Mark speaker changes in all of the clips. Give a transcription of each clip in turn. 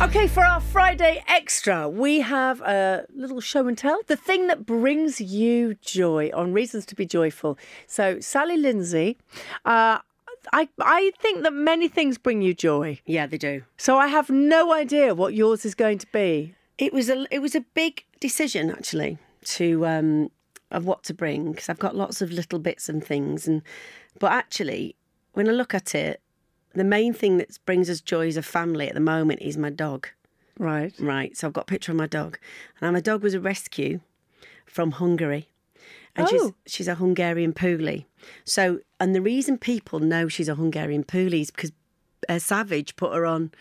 Speaker 1: Okay, for our Friday extra, we have a little show and tell, the thing that brings you joy on Reasons to Be Joyful. So, Sally Lindsay, uh, I, I think that many things bring you joy.
Speaker 2: Yeah, they do.
Speaker 1: So, I have no idea what yours is going to be.
Speaker 2: It was a it was a big decision actually to um, of what to bring because I've got lots of little bits and things and but actually when I look at it, the main thing that brings us joy as a family at the moment is my dog.
Speaker 1: Right.
Speaker 2: Right, so I've got a picture of my dog, and my dog was a rescue from Hungary, and she's
Speaker 1: Oh.
Speaker 2: she's a Hungarian Poolie. So, and the reason people know she's a Hungarian Poolie is because uh, Savage put her on,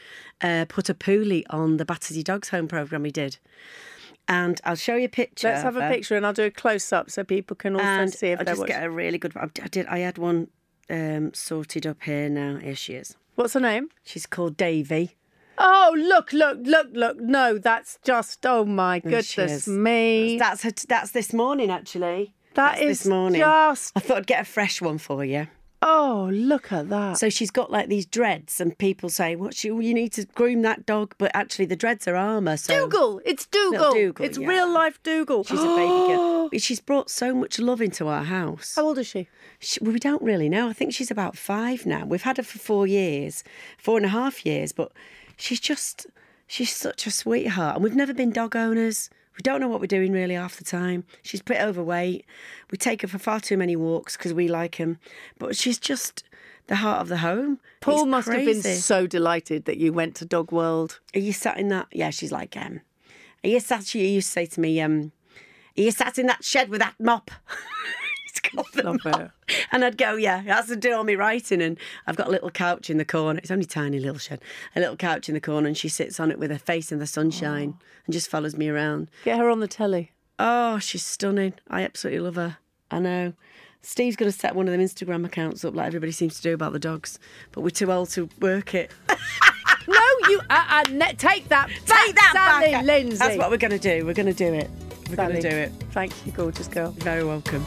Speaker 2: uh, put a Poolie on the Battersea Dogs Home program he did, and I'll show you a picture.
Speaker 1: Let's have
Speaker 2: of
Speaker 1: a
Speaker 2: her,
Speaker 1: picture and I'll do a close up so people can also
Speaker 2: and
Speaker 1: see if
Speaker 2: I'll
Speaker 1: they're
Speaker 2: just
Speaker 1: watching.
Speaker 2: get a really good. I did. I had one um, sorted up here now. Here she is.
Speaker 1: What's her name?
Speaker 2: She's called Davy.
Speaker 1: Oh, look, look, look, look. No, that's just, oh my
Speaker 2: she
Speaker 1: goodness
Speaker 2: is.
Speaker 1: me.
Speaker 2: That's her, that's this morning actually.
Speaker 1: That
Speaker 2: that's
Speaker 1: is
Speaker 2: this morning.
Speaker 1: just,
Speaker 2: I thought I'd get a fresh one for you.
Speaker 1: oh, look at that.
Speaker 2: So she's got like these dreads, and people say, "What she? You need to groom that dog." But actually, the dreads are armor. So
Speaker 1: Dougal. It's Dougal.
Speaker 2: Dougal,
Speaker 1: it's
Speaker 2: yeah.
Speaker 1: real life Dougal.
Speaker 2: she's a baby girl. But She's brought so much love into our house.
Speaker 1: How old is she?
Speaker 2: She, we don't really know. I think she's about five now. We've had her for four years, four and a half years. But she's just she's such a sweetheart, and we've never been dog owners. We don't know what we're doing really half the time. She's a bit overweight. We take her for far too many walks because we like him. But she's just the heart of the home.
Speaker 1: Paul
Speaker 2: It's
Speaker 1: must have been
Speaker 2: crazy.
Speaker 1: so delighted that you went to Dog World.
Speaker 2: Are you sat in that? Yeah, she's like, um, are you sat? She used to say to me, um, are you sat in that shed with that mop? it's called the
Speaker 1: Love
Speaker 2: mop.
Speaker 1: it.
Speaker 2: And I'd go, yeah, that's to do all my writing. And I've got a little couch in the corner. It's only a tiny little shed. A little couch in the corner, and she sits on it with her face in the sunshine and just follows me around.
Speaker 1: Get her on the telly.
Speaker 2: Oh, she's stunning. I absolutely love her. I know. Steve's going to set one of them Instagram accounts up like everybody seems to do about the dogs, but we're too old to work it.
Speaker 1: No, you. Uh, uh, ne- take that.
Speaker 2: Take that
Speaker 1: Sally
Speaker 2: back.
Speaker 1: Lindsay.
Speaker 2: That's what we're going to do. We're going to do it. We're going
Speaker 1: Sally.
Speaker 2: to do it.
Speaker 1: Thank you, gorgeous girl.
Speaker 2: You're very welcome.